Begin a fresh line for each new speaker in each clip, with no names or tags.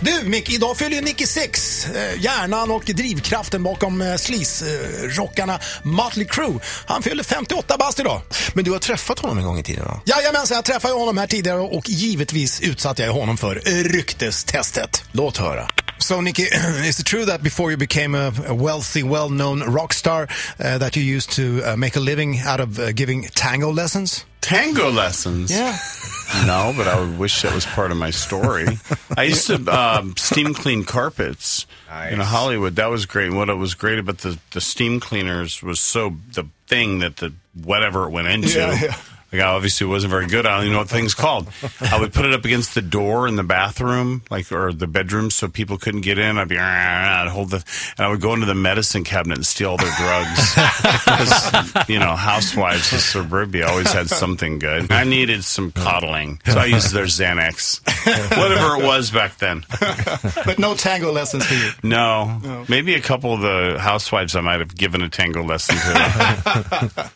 Du Micke, idag fyller ju Nicky Six, eh, hjärnan och drivkraften bakom eh, sleaze-rockarna Motley Crue. Han fyller 58 bast idag.
Men du har träffat honom en gång i tiden va?
Jajamensan, jag träffade ju honom här tidigare och givetvis utsatte jag honom för eh, ryktestestet.
Låt höra.
So Nicky, is it true that before you became a, a wealthy, well-known rock star uh, that you used to uh, make a living out of uh, giving tango lessons?
Tango lessons.
Yeah.
No, but I would wish that was part of my story. I used to um, steam clean carpets in Hollywood. That was great. And what it was great about the, the steam cleaners was so the thing that the whatever it went into.
Yeah, yeah.
Like I obviously wasn't very good. I don't even know what thing's called. I would put it up against the door in the bathroom, like or the bedroom, so people couldn't get in. I'd be, "Argh," I'd hold the, and I would go into the medicine cabinet and steal all their drugs. Because you know, housewives of suburbia always had something good. I needed some coddling, so I used their Xanax, whatever it was back then.
But no tango lessons for you.
No, maybe a couple of the housewives I might have given a tango lesson to.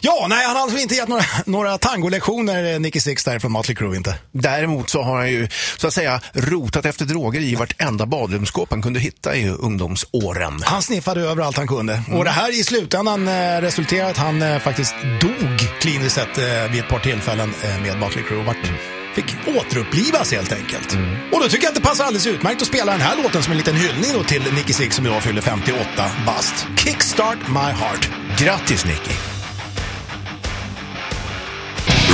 Ja, nej, han har alltså inte gett några, några tangolektioner, eh, Nicky Six, där från Motley Crue inte.
Däremot så har han ju så att säga rotat efter droger i vartenda badrumsskåp han kunde hitta i ungdomsåren. Mm.
Han sniffade överallt han kunde. Och det här i slutändan eh, resulterade att han eh, faktiskt dog kliniskt sett eh, vid ett par tillfällen eh, med Motley Crue. och Vart fick återupplivas helt enkelt.
Mm.
Och då tycker jag att det passar alldeles utmärkt att spela den här låten som en liten hyllning då till Nicky Six som idag fyller 58 bast. Kickstart My Heart.
Grattis Nicky!